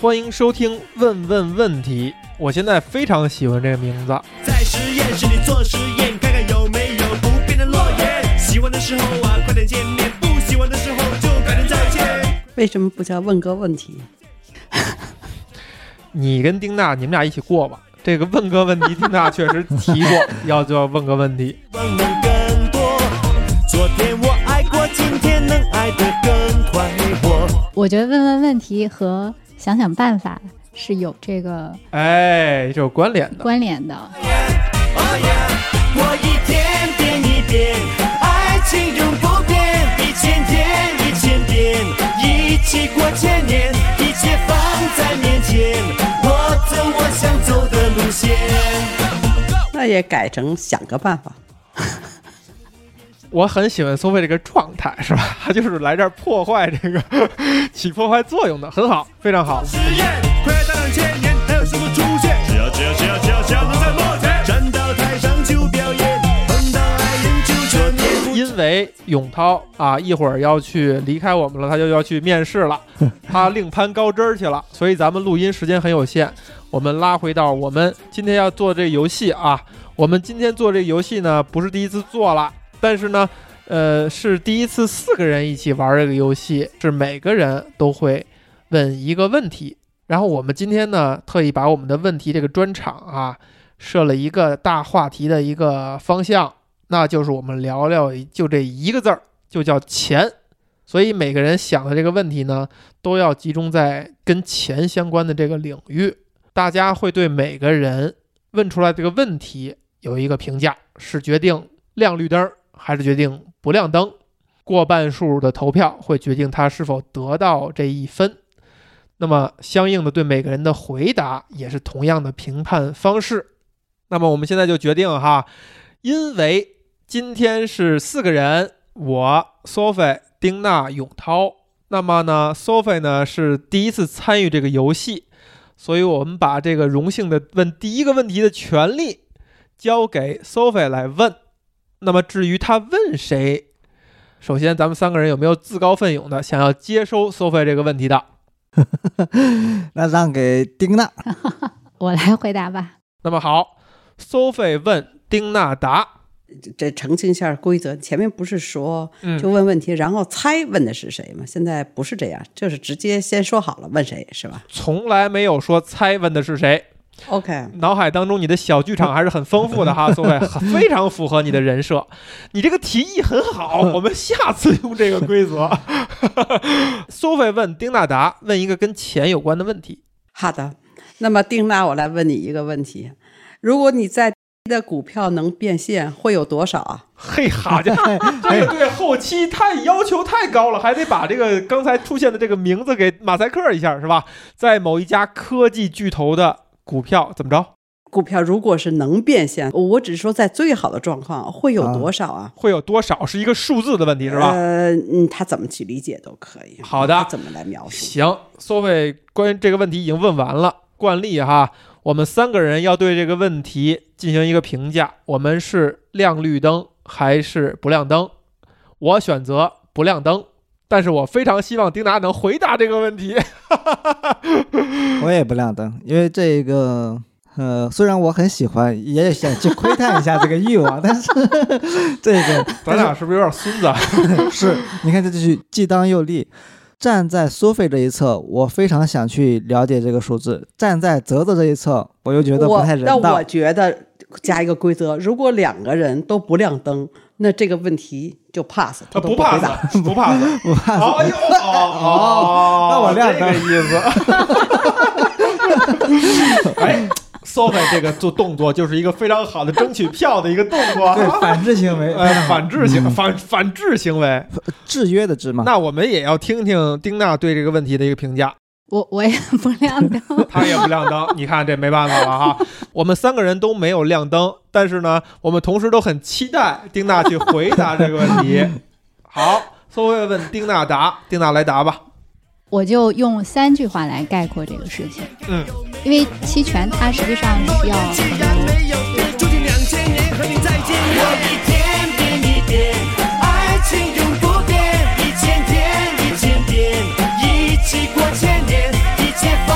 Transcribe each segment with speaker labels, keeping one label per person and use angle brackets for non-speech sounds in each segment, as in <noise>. Speaker 1: 欢迎收听《问问问题》，我现在非常喜欢这个名字。
Speaker 2: 在实验室里做实验，看看有没有不变的诺言。喜欢的时候啊，快点见面；不喜欢的时候就改天再见。
Speaker 3: 为什么不叫问个问题？
Speaker 1: 你跟丁娜，你们俩一起过吧。这个问个问题，丁娜确实提过，要就要问个问题。
Speaker 2: 忘了更多，昨天我爱过，今天能爱得更快活。
Speaker 4: 我觉得问问问题和想想办法是有这个
Speaker 1: 哎，这有关联的。
Speaker 4: 关联的。
Speaker 2: 哦耶，我一天变一变，爱情永不变，一千天一千天，一起过千年，一切放在面前，我走我想走的路线。
Speaker 3: 那也改成想个办法。
Speaker 1: 我很喜欢 Sophie 这个状态，是吧？他就是来这儿破坏这个 <laughs> 起破坏作用的，很好，非常好。
Speaker 2: 实验，快要到两千年，还有什么出现？只要只要只要只要只要能在幕前，站到台上就表演，碰到爱人就全
Speaker 1: <laughs>
Speaker 2: 面。
Speaker 1: 因为永涛啊，一会儿要去离开我们了，他就要去面试了，他另攀高枝儿去了，所以咱们录音时间很有限。我们拉回到我们今天要做这游戏啊，我们今天做这游戏呢，不是第一次做了，但是呢，呃，是第一次四个人一起玩这个游戏，是每个人都会问一个问题。然后我们今天呢，特意把我们的问题这个专场啊，设了一个大话题的一个方向，那就是我们聊聊就这一个字儿，就叫钱。所以每个人想的这个问题呢，都要集中在跟钱相关的这个领域。大家会对每个人问出来这个问题有一个评价，是决定亮绿灯儿还是决定不亮灯。过半数的投票会决定他是否得到这一分。那么，相应的对每个人的回答也是同样的评判方式。那么，我们现在就决定哈，因为今天是四个人，我、Sophie、丁娜、永涛。那么呢，Sophie 呢是第一次参与这个游戏，所以我们把这个荣幸的问第一个问题的权利交给 Sophie 来问。那么至于他问谁，首先咱们三个人有没有自告奋勇的想要接收 Sophie 这个问题的？
Speaker 5: 那让给丁娜。
Speaker 4: 我来回答吧。
Speaker 1: 那么好，Sophie 问丁娜答，
Speaker 3: 这这澄清一下规则，前面不是说
Speaker 1: 嗯
Speaker 3: 就问问题，然后猜问的是谁吗？现在不是这样，就是直接先说好了问谁是吧
Speaker 1: 从来没有说猜问的是谁。
Speaker 3: ？OK，
Speaker 1: 脑海当中你的小剧场还是很丰富 <laughs> 的哈，苏伟，非常符合你的人设。你这个提议很好， <laughs> 我们下次用这个规则。 <laughs> 苏菲问丁娜达问一个跟钱有关的问题，
Speaker 3: 好的。那么丁娜，我来问你一个问题：如果你在的股票能变现，会有多少啊？
Speaker 1: 嘿，好家伙， <laughs> 这个对后期太要求太高了，还得把这个刚才出现的这个名字给马赛克一下，是吧？在某一家科技巨头的股票怎么着
Speaker 3: 股票如果是能变现，我只是说在最好的状况会有多少啊？
Speaker 1: 会有多少，是一个数字的问题，是吧？
Speaker 3: 呃，嗯，他怎么去理解都可以。
Speaker 1: 好的
Speaker 3: 他怎么来描述？
Speaker 1: 行，Sophie，关于这个问题已经问完了。惯例哈，我们三个人要对这个问题进行一个评价，我们是亮绿灯还是不亮灯？我选择不亮灯，但是我非常希望丁达能回答这个问题。
Speaker 5: <laughs> 我也不亮灯，因为这个，呃，虽然我很喜欢，也想去窥探一下这个欲望， <laughs> 但是这个
Speaker 1: 咱俩是不是有点孙 <laughs> 子啊？
Speaker 5: 是，你看这就是既当又立。站在苏菲这一侧，我非常想去了解这个数字；站在泽泽这一侧，我又觉得不
Speaker 3: 我
Speaker 5: 太人
Speaker 3: 那
Speaker 5: 道
Speaker 3: 我。觉得加一个规则，如果两个人都不亮灯，那这个问题就 pass，他都
Speaker 1: 啊不怕
Speaker 3: 回答。
Speaker 1: 死，不怕死。
Speaker 5: 我怕
Speaker 1: <laughs> 哦哎呦，哦哦，
Speaker 5: 那我亮灯
Speaker 1: 这个意思。 <laughs> 哎，Sophie 这个做动作就是一个非常好的争取票的一个动作啊。
Speaker 5: 对反制行
Speaker 3: <laughs>
Speaker 5: 为，
Speaker 1: 呃，反制行反反制行为，
Speaker 5: 制约的制嘛。
Speaker 1: 那我们也要听听丁娜对这个问题的一个评价。
Speaker 4: 我我也不亮灯，
Speaker 1: 她也不亮灯，你看这没办法了哈。我们三个人都没有亮灯，但是呢，我们同时都很期待丁娜去回答这个问题。好，苏慧问丁娜答，丁娜来答吧。
Speaker 4: 我就用三句话来概括这个事情。
Speaker 1: 嗯，
Speaker 4: 因为期权它实际上是要
Speaker 2: 既然没有变，注定两千年和你再见。我一天变一变，爱情永不变，一千天一千天，一起过千年，一切放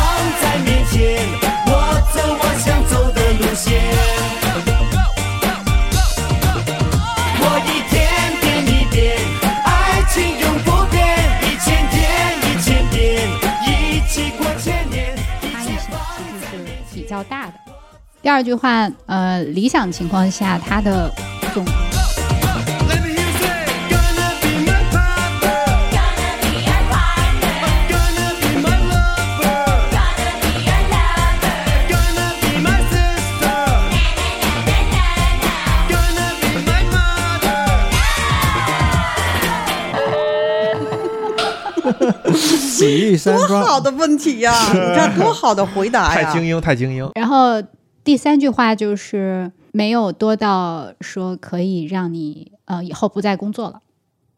Speaker 4: 第二句话，呃，理想情况下它的总
Speaker 2: Let me hear you say, gonna be my partner,
Speaker 6: Gonna be your partner,
Speaker 2: gonna be my lover,
Speaker 6: gonna be your lover,
Speaker 2: gonna be my sister, gonna be my mother.
Speaker 5: 洗浴山
Speaker 3: <laughs> 多好
Speaker 5: 庄，
Speaker 3: 的问题
Speaker 1: <laughs>
Speaker 3: 呀、你看多好的回答
Speaker 1: 太
Speaker 3: 哎呀！
Speaker 1: 精英，太精英。
Speaker 4: 然后第三句话就是没有多到说可以让你呃以后不再工作了。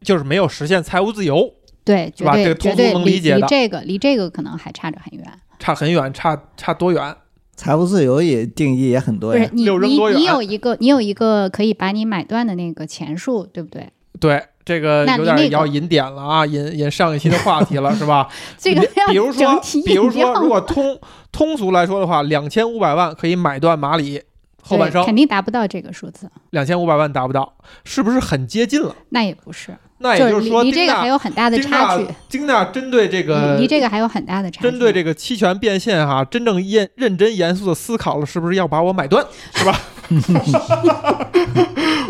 Speaker 1: 就是没有实现财务自由，
Speaker 4: 对，
Speaker 1: 是
Speaker 4: 绝
Speaker 1: 吧
Speaker 4: 对
Speaker 1: 这个通
Speaker 4: 绝
Speaker 1: 俗
Speaker 4: 对
Speaker 1: 能理
Speaker 4: 离
Speaker 1: 解
Speaker 4: 离
Speaker 1: 的
Speaker 4: 这个离这个可能还差着很远。
Speaker 1: 差很远，差差多远？
Speaker 5: 财务自由也定义也很
Speaker 4: 不
Speaker 5: 多
Speaker 4: 是
Speaker 5: 呀。
Speaker 4: 你
Speaker 1: 六扔
Speaker 4: 你
Speaker 1: 多
Speaker 4: 你
Speaker 1: 远
Speaker 4: 有一个你有一个可以把你买断的那个钱数，对不对？
Speaker 1: 对，这个
Speaker 4: 那
Speaker 1: 有
Speaker 4: 离
Speaker 1: 点
Speaker 4: 那
Speaker 1: 要
Speaker 4: 个
Speaker 1: 引点了啊，引引上一期的话题了，是吧？
Speaker 4: 这个
Speaker 1: 比
Speaker 4: 要
Speaker 1: 比如
Speaker 4: 整
Speaker 1: 说
Speaker 4: 体，
Speaker 1: 比如
Speaker 4: 引
Speaker 1: 说，
Speaker 4: 用
Speaker 1: 如果通通俗来说的话，两千五百万可以买断马里后
Speaker 4: 对
Speaker 1: 半生，
Speaker 4: 肯定达不到这个数字，
Speaker 1: 两千五百万达不到，是不是很接近了？
Speaker 4: 那也不是，
Speaker 1: 那也
Speaker 4: 就是是
Speaker 1: 说，
Speaker 4: 离离
Speaker 1: 丁
Speaker 4: 这个还
Speaker 1: 娜
Speaker 4: 有很大的
Speaker 1: 丁
Speaker 4: 差
Speaker 1: 娜
Speaker 4: 距，
Speaker 1: 丁娜针对这个
Speaker 4: 离离这个还有很大的差距。
Speaker 1: 针对这个期权变现哈、真正认认真严肃的思考了，是不是要把我买断，是吧？ <laughs>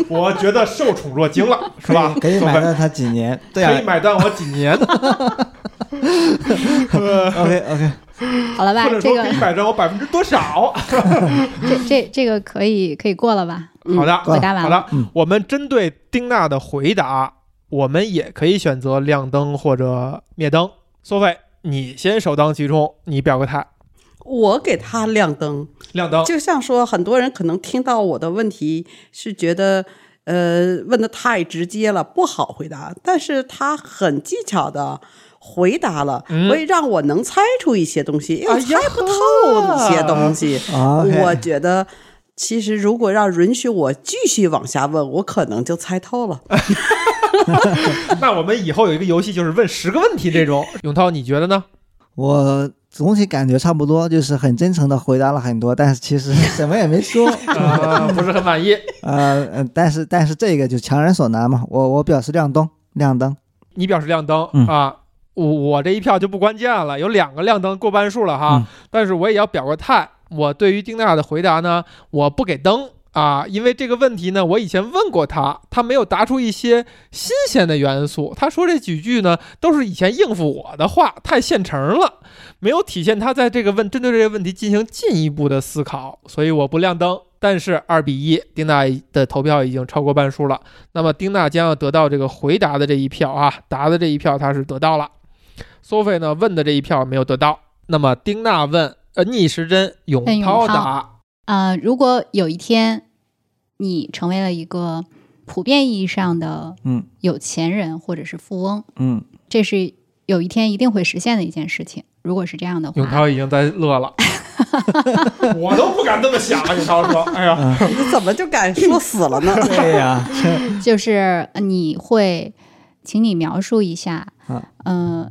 Speaker 1: 我觉得受宠若惊了，是吧？
Speaker 5: 可以买到它几年？对
Speaker 1: 可以
Speaker 5: 啊
Speaker 1: 买断我几年，
Speaker 4: <laughs>
Speaker 1: 呃，
Speaker 5: ，OK OK，
Speaker 4: 好了吧
Speaker 1: 或者，
Speaker 4: 这
Speaker 1: 说
Speaker 4: 个
Speaker 1: 可以买断我百分之多少？
Speaker 4: 这这这个可以可以过了吧？
Speaker 1: 好的，
Speaker 4: 回答完
Speaker 1: 好
Speaker 4: 了。
Speaker 1: 的，
Speaker 5: 嗯
Speaker 1: 我们针对丁娜的回答，我们也可以选择亮灯或者灭灯。索菲，你先首当其冲，你表个态，
Speaker 3: 我给他亮灯，
Speaker 1: 亮灯。
Speaker 3: 就像说很多人可能听到我的问题是觉得，呃，问的太直接了，不好回答，但是他很技巧的。回答了，
Speaker 5: 嗯
Speaker 3: 所以让我能猜出一些东西，因为我猜不透一些东西。
Speaker 5: 哎啊，OK
Speaker 3: 我觉得，其实如果让允许我继续往下问，我可能就猜透
Speaker 5: <laughs>
Speaker 3: 了。
Speaker 1: 那我们以后有一个游戏，就是问十个问题这 <laughs> 种。永涛，你觉得呢？
Speaker 5: 我总体感觉差不多，就是很真诚的回答了很多，但是其实 <laughs> 什么也没说。
Speaker 1: 啊， <laughs> 不是很满意。
Speaker 5: 呃，呃但是但是这个就强人所难嘛，我我表示亮灯，亮灯。
Speaker 1: 你表示亮灯、
Speaker 5: 嗯
Speaker 1: 啊，我我这一票就不关键了，有两个亮灯过半数了哈。
Speaker 5: 嗯
Speaker 1: 但是我也要表个态，我对于丁娜的回答呢，我不给灯啊，因为这个问题呢，我以前问过他，他没有答出一些新鲜的元素。他说这几句呢，都是以前应付我的话，太现成了，没有体现他在这个问针对这个问题进行进一步的思考，所以我不亮灯。但是二比一，丁娜的投票已经超过半数了。那么丁娜将要得到这个回答的这一票啊，答的这一票她是得到了。Sophie 呢问的这一票没有得到。那么丁娜问，呃，逆时针永
Speaker 4: 问永
Speaker 1: 涛
Speaker 4: 涛
Speaker 1: 答，
Speaker 4: 呃，如果有一天你成为了一个普遍意义上的
Speaker 5: 嗯
Speaker 4: 有钱人或者是富翁，
Speaker 5: 嗯，
Speaker 4: 这是有一天一定会实现的一件事情。如果是这样的
Speaker 1: 永
Speaker 4: 话，
Speaker 1: 涛已经在乐
Speaker 3: <laughs>
Speaker 1: 了，我都不敢这么想了。永涛说：“哎呀，
Speaker 3: 你怎么就敢说死了呢？ <laughs>
Speaker 5: 对呀、
Speaker 4: 就是呃你会，请你描述一下，
Speaker 5: 嗯
Speaker 4: 呃，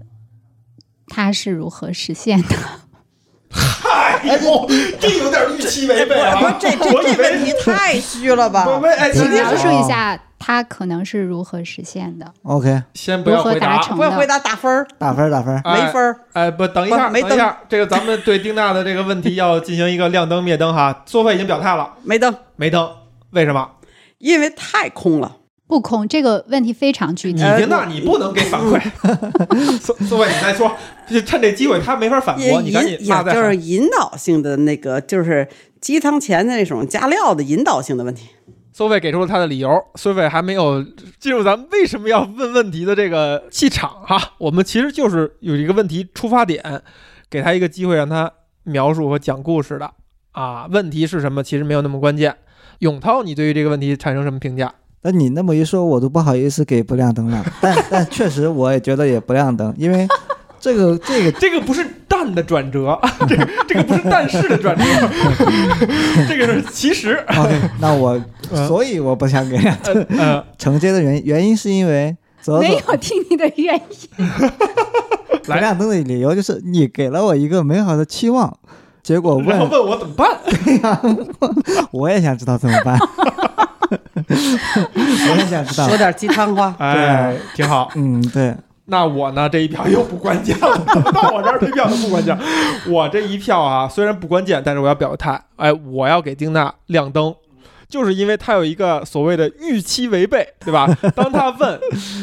Speaker 4: 它是如何实现的？ <laughs>
Speaker 1: 哎呦， <laughs> 这有点预期违背
Speaker 6: 哎
Speaker 3: 我
Speaker 1: 啊！
Speaker 3: 这这
Speaker 1: 我以
Speaker 3: 这问
Speaker 1: 为
Speaker 3: 题太虚了吧？
Speaker 1: 我们哎，
Speaker 4: 请
Speaker 1: 先
Speaker 4: 描述
Speaker 5: 哦
Speaker 4: 一下它可能是如何实现的。
Speaker 5: o k
Speaker 1: 先不要回
Speaker 4: 如何
Speaker 1: 答
Speaker 4: 达，成
Speaker 3: 不要回答打分儿，
Speaker 5: 打分儿打分儿，
Speaker 1: 哎
Speaker 3: 没分儿。
Speaker 1: 哎，不，等一下，
Speaker 3: 不没
Speaker 1: 等一下，这个咱们对丁娜的这个问题要进行一个亮灯灭灯哈。Sophie 已经表态了，
Speaker 3: 没灯，
Speaker 1: 没灯，为什么？
Speaker 3: 因为太空了。
Speaker 4: 不空这个问题非常具
Speaker 1: 你哎
Speaker 4: 体，
Speaker 1: 听到你不能给反馈， <laughs> 苏苏伟，你再说，就趁这机会他没法反
Speaker 3: 也
Speaker 1: 驳，你
Speaker 3: 引
Speaker 1: 赶紧骂
Speaker 3: 也
Speaker 1: 再
Speaker 3: 就是
Speaker 1: 喊。
Speaker 3: 引导性的那个，就是鸡汤前的那种加料的引导性的问题。
Speaker 1: 苏伟给出了他的理由，苏伟还没有进入咱们为什么要问问题的这个气场哈。我们其实就是有一个问题出发点，给他一个机会让他描述和讲故事的啊。问题是什么其实没有那么关键。永涛，你对于这个问题产生什么评价？
Speaker 5: 那你那么一说，我都不好意思给不亮灯了。 <laughs> 但但确实，我也觉得也不亮灯，因为这个 <laughs> 这个
Speaker 1: 这个不是蛋的转折，这个这个不是但是的转 <laughs> 折，这个是其实。
Speaker 5: OK，那我
Speaker 1: 嗯
Speaker 5: 所以我不想给亮灯。
Speaker 1: 呃，
Speaker 5: 承接的原因原因是因为泽
Speaker 4: 没
Speaker 5: 泽
Speaker 4: 有听你的原因。 <laughs>
Speaker 5: 不亮灯的理由就是你给了我一个美好的期望，结果
Speaker 1: 然后
Speaker 5: 问
Speaker 1: 问我怎么办？，
Speaker 5: 我也想知道怎么办， <laughs> 我也想知道
Speaker 3: 说。点鸡汤话
Speaker 1: 哎，挺好。
Speaker 5: 嗯，对，
Speaker 1: 那我呢这一票又不关键了， <laughs> 到我这儿这票都不关键。我这一票啊，虽然不关键，但是我要表态，哎，我要给丁娜亮灯。就是因为他有一个所谓的预期违背，对吧？当他问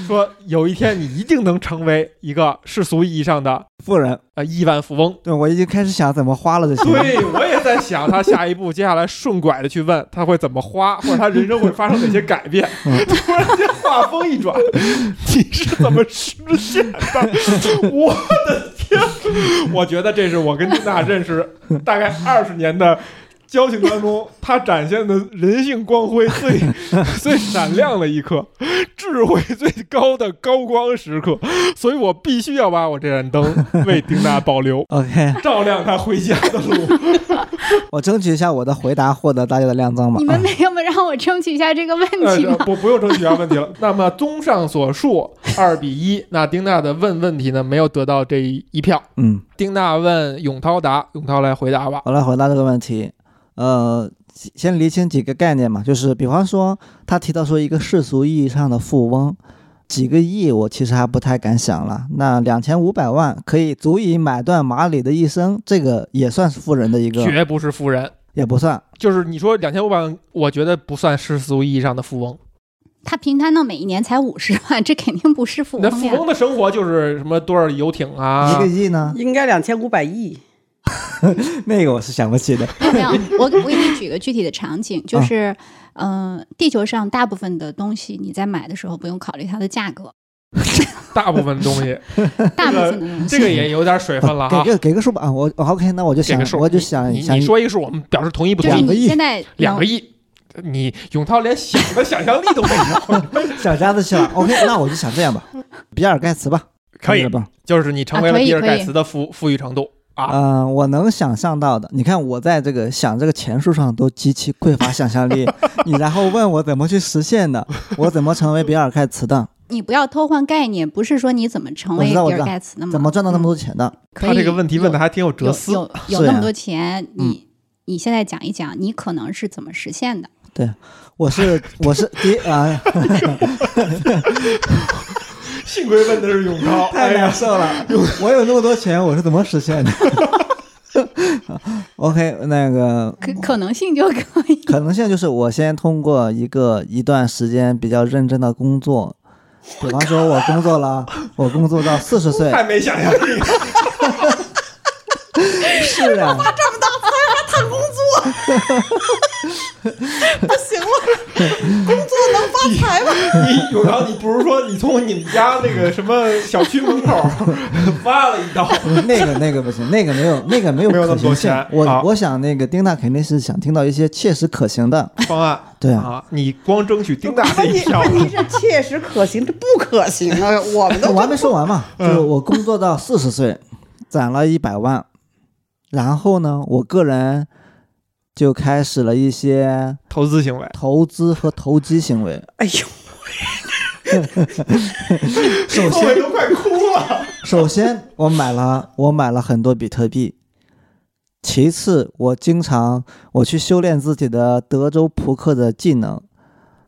Speaker 1: 说有一天你一定能成为一个世俗意义上的
Speaker 5: 富人，
Speaker 1: 呃亿万富翁，
Speaker 5: 对我已经开始想怎么花了这些。
Speaker 1: 对，我也在想他下一步，接下来顺拐的去问他会怎么花， <laughs> 或者他人生会发生哪些改变。突然间话锋一转，嗯你是怎么实现的？ <laughs> 我的天！我觉得这是我跟丁娜认识大概二十年的。交情当中，他展现的人性光辉 <laughs> 最最闪亮的一刻，智慧最高的高光时刻，所以我必须要把我这盏灯为丁娜保留。
Speaker 5: OK，
Speaker 1: 照亮他回家的路。
Speaker 5: 我争取一下我的回答获得大家的亮啊灯吧。
Speaker 4: 你们没有让我争取一哎下这个问
Speaker 1: 呃
Speaker 4: 题 <laughs> 吗？
Speaker 1: 不不用争取答问题了。那么综上所述，二比一，那丁娜的问问题呢没有得到这一票。
Speaker 5: 嗯，
Speaker 1: 丁娜问永涛答，永涛来回答吧。
Speaker 5: 我来回答这个问题。呃，先先厘清几个概念嘛，就是比方说他提到说一个世俗意义上的富翁，几个亿我其实还不太敢想了。那两千五百万可以足以买断马里的一生，这个也算是富人的一个，
Speaker 1: 绝不是富人，
Speaker 5: 也不算。
Speaker 1: 就是你说两千五百万，我觉得不算世俗意义上的富翁。
Speaker 4: 他平摊到每一年才五十万，这肯定不是富
Speaker 1: 那
Speaker 4: 翁
Speaker 1: 富
Speaker 4: 呀。
Speaker 1: 翁的生活就是什么多少游艇啊
Speaker 5: 一，个亿呢？
Speaker 3: <laughs> 应该两千五百亿。
Speaker 5: <laughs> 那个我是想不起的。
Speaker 4: <laughs> 没有没
Speaker 1: <laughs>
Speaker 4: 有，我我给你举个具体的场景，
Speaker 1: 啊
Speaker 4: 就是，嗯、地球上大部分的东西你在买的时候不用考虑它的价格，
Speaker 1: 大部分东
Speaker 5: <laughs>
Speaker 1: 西，
Speaker 4: 大部分的东西。
Speaker 1: <laughs> 这个也有点水分了
Speaker 5: 给
Speaker 1: 哈。
Speaker 5: 个给个数吧，啊我 OK，那我就
Speaker 1: 给
Speaker 5: 想
Speaker 1: 个数，
Speaker 5: 我就想
Speaker 1: 你你
Speaker 5: 想
Speaker 1: 你说一个数，我们表示同意不
Speaker 4: 就
Speaker 1: 同
Speaker 4: 是
Speaker 1: 意。
Speaker 4: 你现在
Speaker 1: 两个亿，你永涛连想的想象力都没有。
Speaker 5: 小家子去
Speaker 1: <laughs>
Speaker 5: 了。OK，那我就想这样吧，比尔盖茨吧，
Speaker 1: 可以
Speaker 5: 这样吧。
Speaker 1: 就是你成为
Speaker 4: 啊
Speaker 1: 了
Speaker 4: 可以
Speaker 1: 比尔
Speaker 4: 可
Speaker 1: 盖
Speaker 4: 以
Speaker 1: 茨的富富裕程度啊。
Speaker 5: 嗯、我能想象到的，你看我在这个想这个钱数上都极其匮乏想象
Speaker 1: <laughs>
Speaker 5: 力，你然后问我怎么去实现的，我怎么成为比尔盖茨的，
Speaker 4: 你不要偷换概念，不是说你怎么成为
Speaker 5: 我知道我
Speaker 4: 比
Speaker 5: 知道
Speaker 4: 尔盖茨的吗？
Speaker 5: 怎么赚到那么
Speaker 4: 嗯？
Speaker 5: 多钱的？
Speaker 4: 可
Speaker 1: 他
Speaker 4: 以
Speaker 1: 这个问题问的
Speaker 4: 有
Speaker 1: 还挺有哲
Speaker 4: 有
Speaker 1: 思。啊嗯
Speaker 4: 有有
Speaker 5: 是
Speaker 4: 那
Speaker 5: 呀
Speaker 4: 么多钱，你你现在讲一讲，你可能是怎么实现的？
Speaker 5: 我是我是第一
Speaker 1: <laughs>
Speaker 5: 啊，
Speaker 1: 幸亏问的是永涛，哎
Speaker 5: 太难
Speaker 1: 呀，
Speaker 5: 受了，我有那么多钱，我是怎么实现的 <laughs> ？OK，那个
Speaker 4: 可可能性就可以。
Speaker 5: 可能性就是我先通过一个一段时间比较认真的工作，比方说我工
Speaker 1: <laughs>
Speaker 5: 作了，我工作到四十岁，
Speaker 1: 太没想象力了。
Speaker 5: 是啊，
Speaker 3: 不行了，工作能发
Speaker 1: <laughs>
Speaker 3: 财吗？
Speaker 1: 你永涛，你不是说你从你们家那个什么小区门口挖了一刀？
Speaker 5: 嗯那个那个不行，那个没有那个没有
Speaker 1: 没有那么
Speaker 5: 可行性
Speaker 1: 多钱。
Speaker 5: 我、
Speaker 1: 啊
Speaker 5: 我想那个丁娜肯定是想听到一些切实可行的，
Speaker 1: 方案
Speaker 5: 对啊，
Speaker 1: 啊，你光争取丁大这一
Speaker 3: 你
Speaker 1: 票，
Speaker 3: 问题是切实可行，这不可行啊！我 <laughs> 们都
Speaker 5: 我还没说完嘛，
Speaker 1: 嗯
Speaker 5: 就是我工作到四十岁，攒了一百万，然后呢，我个人就开始了一些
Speaker 1: 投资行为，
Speaker 5: 投资和投机行为。
Speaker 3: 哎呦，
Speaker 5: 首
Speaker 1: 各位
Speaker 5: 先，
Speaker 1: 都快哭了。
Speaker 5: 首先我买了我买了很多比特币。其次，我经常我去修炼自己的德州扑克的技能，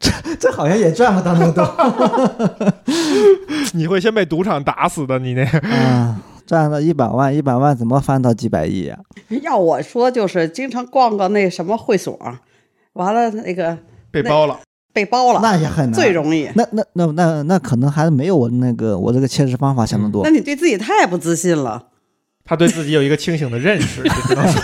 Speaker 5: 这 <laughs> 这好像也赚不到那么多。
Speaker 1: <laughs> 你会先被赌场打死的，你那个
Speaker 5: <laughs> 啊，赚了一百万，一百万怎么翻到几百亿啊？
Speaker 3: 要我说就是经常逛逛那什么会所，完了那个
Speaker 1: 被包了。
Speaker 3: 被包了，
Speaker 5: 那也很难，
Speaker 3: 最容易。
Speaker 5: 那那那那那可能还没有我那个我这个切实方法想的多
Speaker 3: 那。你对自己太不自信了。
Speaker 1: 他对自己有一个清醒的认识，你知道吗？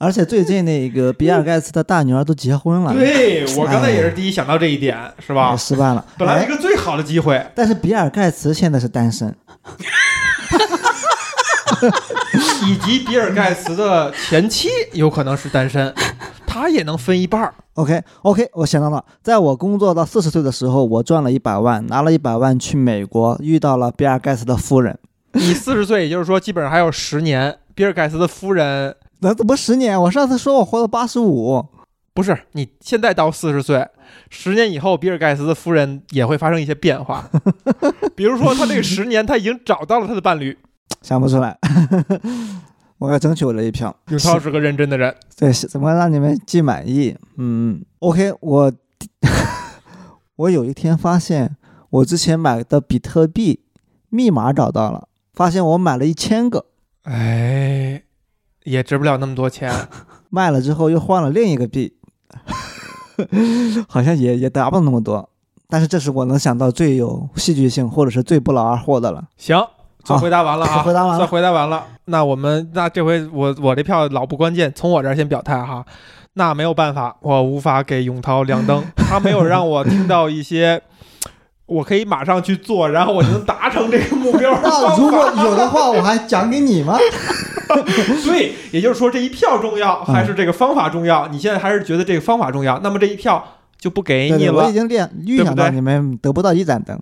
Speaker 5: 而且最近那个 <laughs> 比尔盖茨的大女儿都结婚了，
Speaker 1: 对我刚才也是第一想到这一点，是吧
Speaker 5: 也？失败了。
Speaker 1: 本来
Speaker 5: 哎
Speaker 1: 一个最好的机会，
Speaker 5: 但是比尔盖茨现在是单身，
Speaker 1: 以及比尔盖茨的前妻有可能是单身，他也能分一半儿。
Speaker 5: OK OK，我想到了，在我工作到四十岁的时候，我赚了一百万，拿了一百万去美国，遇到了比尔盖茨的夫人。
Speaker 1: 你四十岁，也就是说基本上还有十年。比尔盖茨的夫人
Speaker 5: 那怎么十年？我上次说我活到八十五，
Speaker 1: 不是你现在到四十岁，十年以后，比尔盖茨的夫人也会发生一些变化，比如说他这个十年他已经找到了他的伴侣。
Speaker 5: 想不出来。 <laughs> 我要争取我这一票。
Speaker 1: 永涛是个认真的人，
Speaker 5: 对，是怎么让你们既满意？嗯，OK，我 <laughs> 我有一天发现，我之前买的比特币密码找到了，发现我买了一千个，
Speaker 1: 哎，也值不了那么多钱。
Speaker 5: 卖了之后又换了另一个币， <laughs> 好像也也达不到那么多。但是这是我能想到最有戏剧性或者是最不劳而获的了。
Speaker 1: 行，算
Speaker 5: 好
Speaker 1: 回答完了啊，
Speaker 5: 算回答完了
Speaker 1: 算回答完了。那我们那这回我我这票老不关键，从我这儿先表态哈。那没有办法，我无法给永涛亮
Speaker 5: <laughs>
Speaker 1: 灯，他没有让我听到一些我可以马上去做，然后我就能达成这个目标的方
Speaker 5: <laughs> 那
Speaker 1: 法。
Speaker 5: 如果有的话，我还讲给你吗？
Speaker 1: <laughs> 对，也就是说这一票重要
Speaker 5: 嗯
Speaker 1: 还是这个方法重要？你现在还是觉得这个方法重要，那么这一票就不给
Speaker 5: 对
Speaker 1: 你
Speaker 5: 对，我
Speaker 1: 了
Speaker 5: 已。经练
Speaker 1: 对
Speaker 5: 预
Speaker 1: 不
Speaker 5: 想到
Speaker 1: 对
Speaker 5: 你们得不到一盏灯。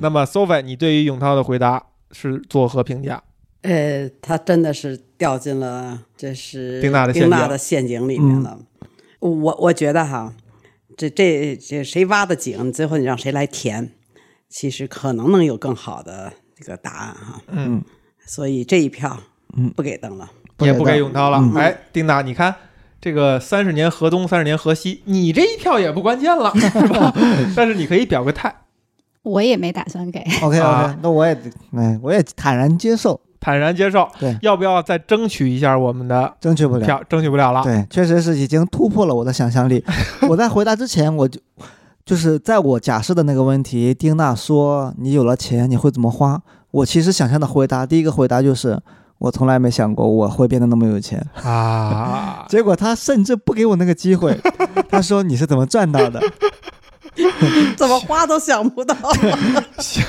Speaker 1: 那么 Sophie，你对于永涛的回答是作何评价？
Speaker 3: 呃，他真的是掉进了这是
Speaker 1: 丁娜的陷
Speaker 3: 丁娜
Speaker 1: 阱嗯
Speaker 3: 的陷阱里面了。我我觉得哈，这这这谁挖的井，最后你让谁来填，其实可能能有更好的这个答案哈。
Speaker 1: 嗯，
Speaker 3: 所以这一票
Speaker 5: 嗯
Speaker 3: 不给灯了。
Speaker 5: 不
Speaker 1: 也
Speaker 5: 给
Speaker 1: 不
Speaker 5: 的
Speaker 1: 给永涛了。
Speaker 5: 嗯
Speaker 1: 哎，丁娜，你看这个三十年河东，三十年河西，你这一票也不关键了，是吧？ <laughs> 但是你可以表个态，
Speaker 4: 我也没打算给。
Speaker 5: OK
Speaker 1: 啊
Speaker 5: OK，那我也哎，我也坦然接受，
Speaker 1: 坦然接受。
Speaker 5: 对
Speaker 1: 要不要再争取一下我们的
Speaker 5: 争取不了。
Speaker 1: 票？争取不了了。
Speaker 5: 对，确实是已经突破了我的想象
Speaker 3: <laughs>
Speaker 5: 力。我在回答之前，我就就是在我假设的那个问题，丁娜说你有了钱你会怎么花？我其实想象的回答，第一个回答就是我从来没想过我会变得那么有钱。
Speaker 1: 啊，
Speaker 5: <laughs> 结果他甚至不给我那个
Speaker 3: <laughs>
Speaker 5: 机会，他说你是怎么赚到的？嗯
Speaker 3: <laughs> 怎么花都想不到，
Speaker 1: 行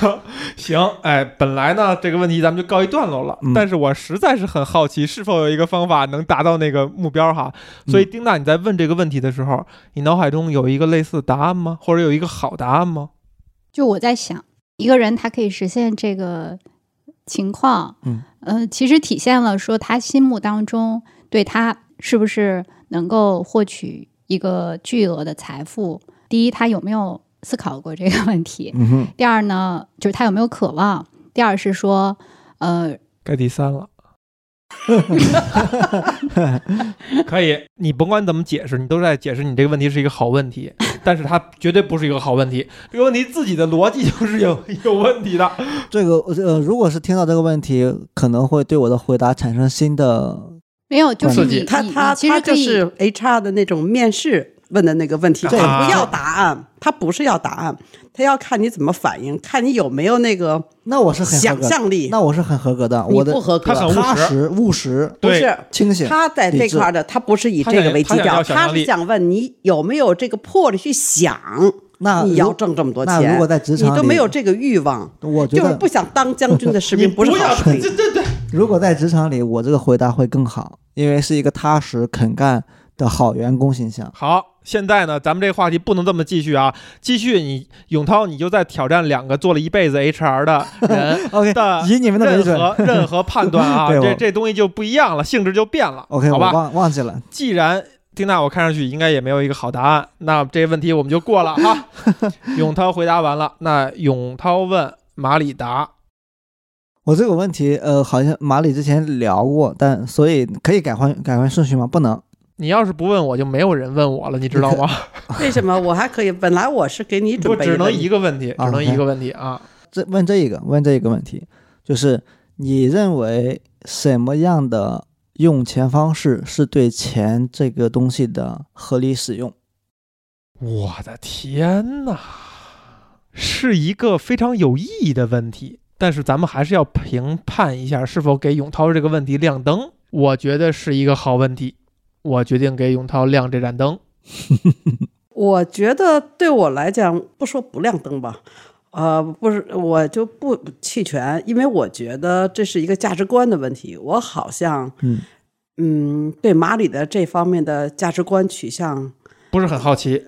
Speaker 1: 行，哎，本来呢这个问题咱们就告一段落了，
Speaker 5: 嗯
Speaker 1: 但是我实在是很好奇，是否有一个方法能达到那个目标哈？所
Speaker 5: 嗯
Speaker 1: 以丁娜，你在问这个问题的时候，你脑海中有一个类似的答案吗？或者有一个好答案吗？
Speaker 4: 就我在想，一个人他可以实现这个情况，
Speaker 5: 嗯
Speaker 4: 呃，其实体现了说他心目当中对他是不是能够获取一个巨额的财富。第一，他有没有思考过这个问题？
Speaker 5: 嗯哼，
Speaker 4: 第二呢，就是他有没有渴望？第二是说，呃，
Speaker 1: 该第三了。 <laughs> 可以，你甭管怎么解释，你都在解释你这个问题是一个好问题，但是它绝对不是一个好问题。这个问题自己的逻辑就是有有问题的。
Speaker 5: 这个呃，如果是听到这个问题，可能会对我的回答产生新的
Speaker 4: 没有，就是
Speaker 1: 刺激
Speaker 3: <laughs>
Speaker 4: 你
Speaker 3: 他
Speaker 4: 你
Speaker 3: 他
Speaker 4: 你其实
Speaker 3: 他
Speaker 4: 可
Speaker 3: 就
Speaker 4: 以
Speaker 3: 是 HR 的那种面试问的那个问题，
Speaker 1: 这
Speaker 3: 他
Speaker 1: 个
Speaker 3: 不要答案，他不是要答案，他要看你怎么反应，看你有没有那个
Speaker 5: 那我是很合
Speaker 3: 想
Speaker 5: 格的
Speaker 3: 象力。
Speaker 5: 那我是很合格的，
Speaker 3: 你
Speaker 5: 我的
Speaker 3: 不合格
Speaker 1: 他很
Speaker 5: 踏
Speaker 1: 务实
Speaker 5: 实务实，
Speaker 3: 不
Speaker 1: 对
Speaker 3: 是
Speaker 5: 清醒
Speaker 3: 他在这
Speaker 5: 理智
Speaker 3: 块儿的，他不是以
Speaker 1: 他
Speaker 3: 这个
Speaker 1: 想
Speaker 3: 为
Speaker 1: 他
Speaker 3: 基
Speaker 1: 想要
Speaker 3: 调，
Speaker 1: 想
Speaker 3: 他
Speaker 1: 象力
Speaker 3: 是想问你有没有这个魄力去想，
Speaker 5: 那
Speaker 3: 你
Speaker 5: 啊如
Speaker 3: 要挣这么多
Speaker 5: 那
Speaker 3: 钱。
Speaker 5: 如果在职场
Speaker 3: 你都没
Speaker 5: 里
Speaker 3: 有这个欲望，
Speaker 5: 我觉
Speaker 3: 就是
Speaker 5: 得
Speaker 3: 不想当将军的士兵，不是
Speaker 1: 要
Speaker 3: 好士兵
Speaker 1: 这。这这
Speaker 5: 如果在职场里，我这个回答会更好，因为是一个踏实肯干的好员工形象。
Speaker 1: 好。现在呢，咱们这个话题不能这么继续啊！继续你，永涛，你就再挑战两个做了一辈子 HR 的
Speaker 5: <laughs>
Speaker 1: 人
Speaker 5: OK，
Speaker 1: 的
Speaker 5: 以你们的为
Speaker 1: 任
Speaker 5: 准。
Speaker 1: 何任何判断啊，
Speaker 5: <laughs> 对我
Speaker 1: 这这东西就不一样了，性质就变了。
Speaker 5: OK，
Speaker 1: 好
Speaker 5: 我
Speaker 1: 吧，
Speaker 5: 忘忘记了。
Speaker 1: 既然丁娜我看上去应该也没有一个好答案，那这问题我们就过了 <laughs> 哈。永涛回答完了，那永涛问马里达，
Speaker 5: 我这个问题，呃，好像马里之前聊过，但所以可以改换改换顺序吗？不能。
Speaker 1: 你要是不问我就没有人问我了，你知道吗？ <laughs>
Speaker 3: 为什么我还可以？本来我是给你
Speaker 1: 不
Speaker 3: 准备
Speaker 1: 只能
Speaker 3: 问题
Speaker 1: 一个问题，
Speaker 5: 啊
Speaker 1: 只能一个问题啊。
Speaker 5: 这问这一个，问这一个问题，就是你认为什么样的用钱方式是对钱这个东西的合理使用？
Speaker 1: 我的天哪，是一个非常有意义的问题，但是咱们还是要评判一下是否给永涛这个问题亮灯。我觉得是一个好问题，我决定给永涛亮这盏灯。
Speaker 3: 我觉得对我来讲，不说不亮灯吧，呃，不是，我就不弃权，因为我觉得这是一个价值观的问题。我好像，
Speaker 5: 嗯
Speaker 3: 嗯对马里的这方面的价值观取向，
Speaker 1: 不是很好奇，